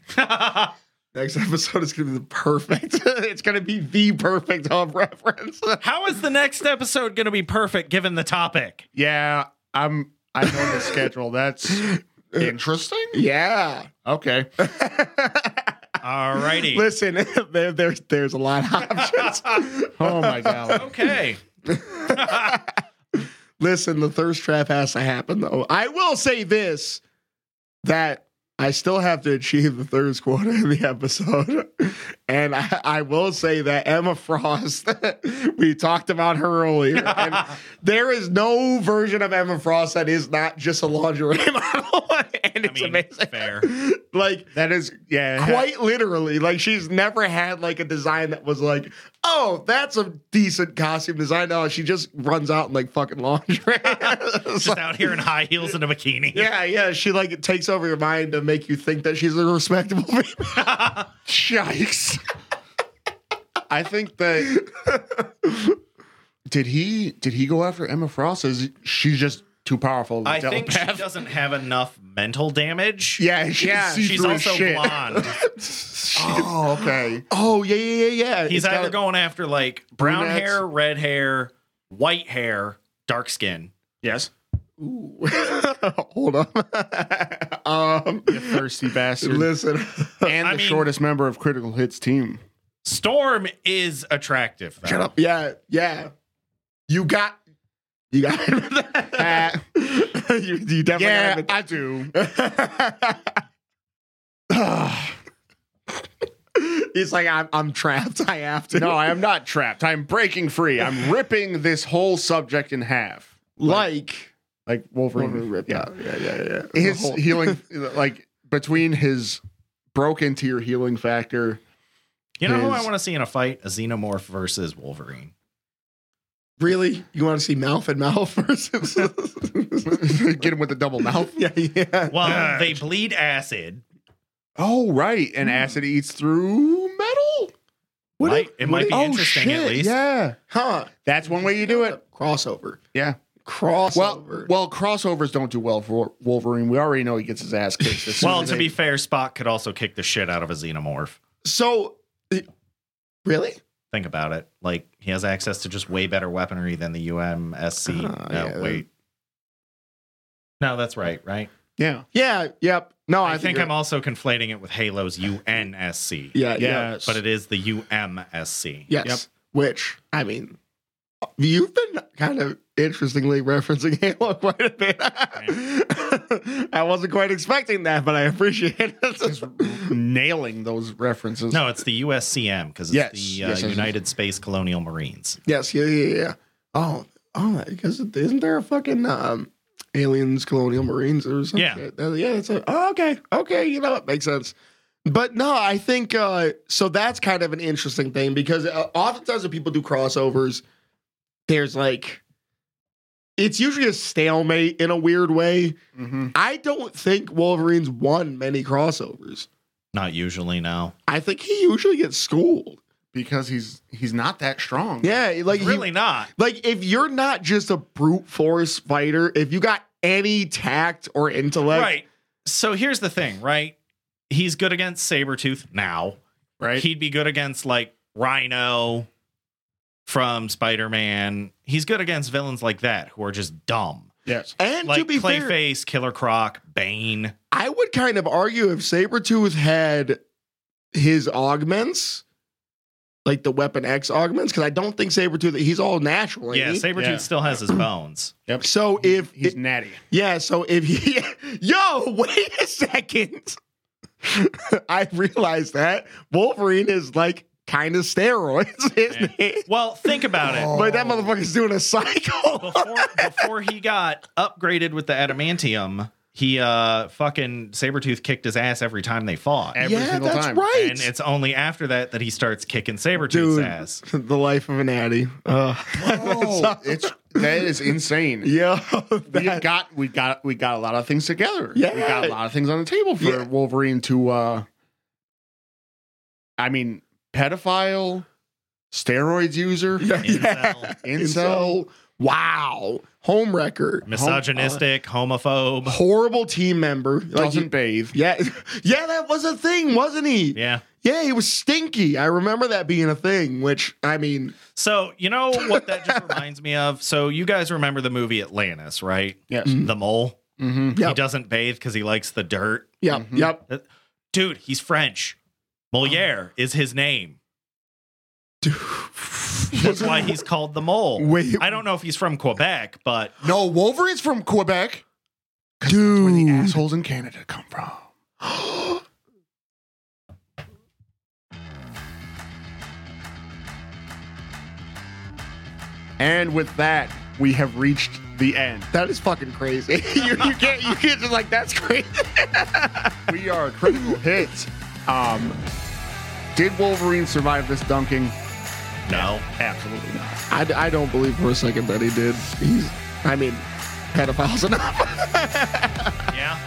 Next episode is gonna be the perfect. it's gonna be the perfect hub reference. How is the next episode gonna be perfect given the topic? Yeah, I'm. I know the schedule. That's interesting. yeah. Okay. Alrighty. Listen, there, there's there's a lot of options. Oh my god. Okay. Listen, the thirst trap has to happen though. I will say this that I still have to achieve the thirst quarter in the episode. And I, I will say that Emma Frost, we talked about her earlier. And there is no version of Emma Frost that is not just a lingerie model. I and it's mean, amazing. fair. Like That is yeah. quite literally. Like she's never had like a design that was like, oh, that's a decent costume design. No, she just runs out in like fucking lingerie. It's Just like, out here in high heels and a bikini. yeah, yeah. She like takes over your mind to make you think that she's a respectable female. Yikes. I think that did he did he go after Emma Frost? Is she's just too powerful? to I tell think him? she doesn't have enough mental damage. yeah, she Yeah, sees She's through his also shit. blonde. Oh, okay. Oh, yeah, yeah, yeah, yeah. He's It's either gotta- going after like brown Brunettes. hair, red hair, white hair, dark skin. Yes, Ooh. Hold on. um you thirsty bastard, listen. and the I mean- shortest member of Critical Hits team. Storm is attractive. Though. Shut up. Yeah, yeah. You got You got it with that. you, you definitely yeah, got I do. it. He's like, I'm, I'm trapped. I have to. No, I am not trapped. I'm breaking free. I'm ripping this whole subject in half, like. like Wolverine. Wolverine ripped yeah. out. yeah, yeah, yeah. The His whole- healing, like between his broke into your healing factor. You know who I His- want to see in a fight? A xenomorph versus Wolverine. Really? You want to see mouth and mouth versus? Get him with the double mouth. yeah, yeah. Well, they bleed acid. Oh, right. And acid eats through metal. Would Might- it might would be interesting at least. Oh, Yeah. Huh? That's one way you do it. Crossover. Yeah. Crossover. Well, well, crossovers don't do well for Wolverine. We already know he gets his ass kicked. as soon Well, as to they- be fair, Spock could also kick the shit out of a xenomorph. so it- really? Think about it. Like he has access to just way better weaponry than the UMSC. Ah, no, yeah. wait. No, that's right, right? yeah, Yeah. Yep. No, I, Oh, I, think you're- I'm also conflating it with Halo's UNSC. Yeah. Yeah. yes, But it is the UMSC. Yes. Yep. Which I mean, you've been kind of interestingly referencing Halo quite a bit. I wasn't quite expecting that, but I appreciate it. nailing those references. No, it's the USCM because it's Yes, the uh, yes, yes, yes. United Space Colonial Marines. Yes, yeah, yeah, yeah. Oh, oh, because isn't there a fucking um, aliens, colonial marines, or something? Yeah. yeah. That's a, oh, okay, okay. You know what makes sense. But no, I think uh, so. That's kind of an interesting thing because uh, oftentimes when people do crossovers, there's like it's usually a stalemate in a weird way. Mhm. I don't think Wolverine's won many crossovers. Not usually now. I think he usually gets schooled. because he's he's not that strong. Yeah, like he- Really not. Like, if you're not just a brute force fighter, if you got any tact or intellect, right. So here's the thing, right? He's good against Sabretooth now. right. He'd be good against like Rhino from Spider Man. He's good against villains like that who are just dumb. yes, and to Like be fair, Clayface, Killer Croc, Bane. I would kind of argue if Sabretooth had his augments, like the Weapon X augments, because I don't think Sabretooth, he's all natural. ain't Yeah, he? Sabretooth Yeah. still has his bones. so if, he's natty. yeah, so if he, yo, wait a second. I realized that Wolverine is like kind of steroids, isn't he? Well, think about it. But that motherfucker's doing a cycle. before before he got upgraded with the adamantium, he uh fucking Sabretooth kicked his ass every time they fought. Every single that's time. right. And it's only after that that he starts kicking Sabretooth's Dude. ass. the life of an addy. Uh, Oh, it's that is insane. yeah, We have got we got we got a lot of things together. we Yeah. got a lot of things on the table for Yeah. Wolverine to. uh I mean, pedophile, steroids user. yeah, Incel. Incel. Wow, homewrecker, Misogynistic, homophobe. horrible team member. Like, Doesn't bathe. yeah, yeah, that was a thing, wasn't he? Yeah. Yeah, he was stinky. I remember that being a thing. Which I mean, So, you know what that just reminds me of? So, you guys remember the movie Atlantis, right? Yes. Mm. The mole. Mm-hmm. Yep. He doesn't bathe because he likes the dirt. yep, Mhm. yep, Dude, he's French. Moliere is his name. That's why he's called the mole. Wait. I don't know if he's from Quebec, but No, Wolverine's from Quebec. Where the dude. assholes in Canada come from. and with that, we have reached the end. That is fucking crazy. you, you can't, you can't just like that's crazy. We are critical hits. Um, did Wolverine survive this dunking? no. Absolutely not. I, I don't believe for a second that he did. He's, I mean, pedophiles enough. Yeah.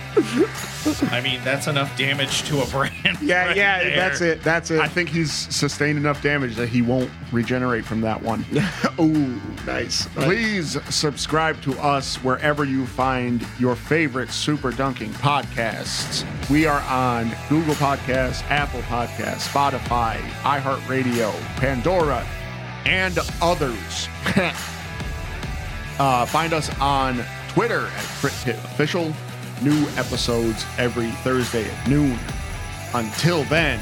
I mean, that's enough damage to a brand. yeah, right yeah, there. that's it. That's it. I think he's sustained enough damage that he won't regenerate from that one. Ooh, nice. Please subscribe to us wherever you find your favorite Super Dunking podcasts. We are on Google Podcasts, Apple Podcasts, Spotify, iHeartRadio, Pandora, and others. uh, find us on Twitter at CritKit Official. New episodes every Thursday at noon. Until then,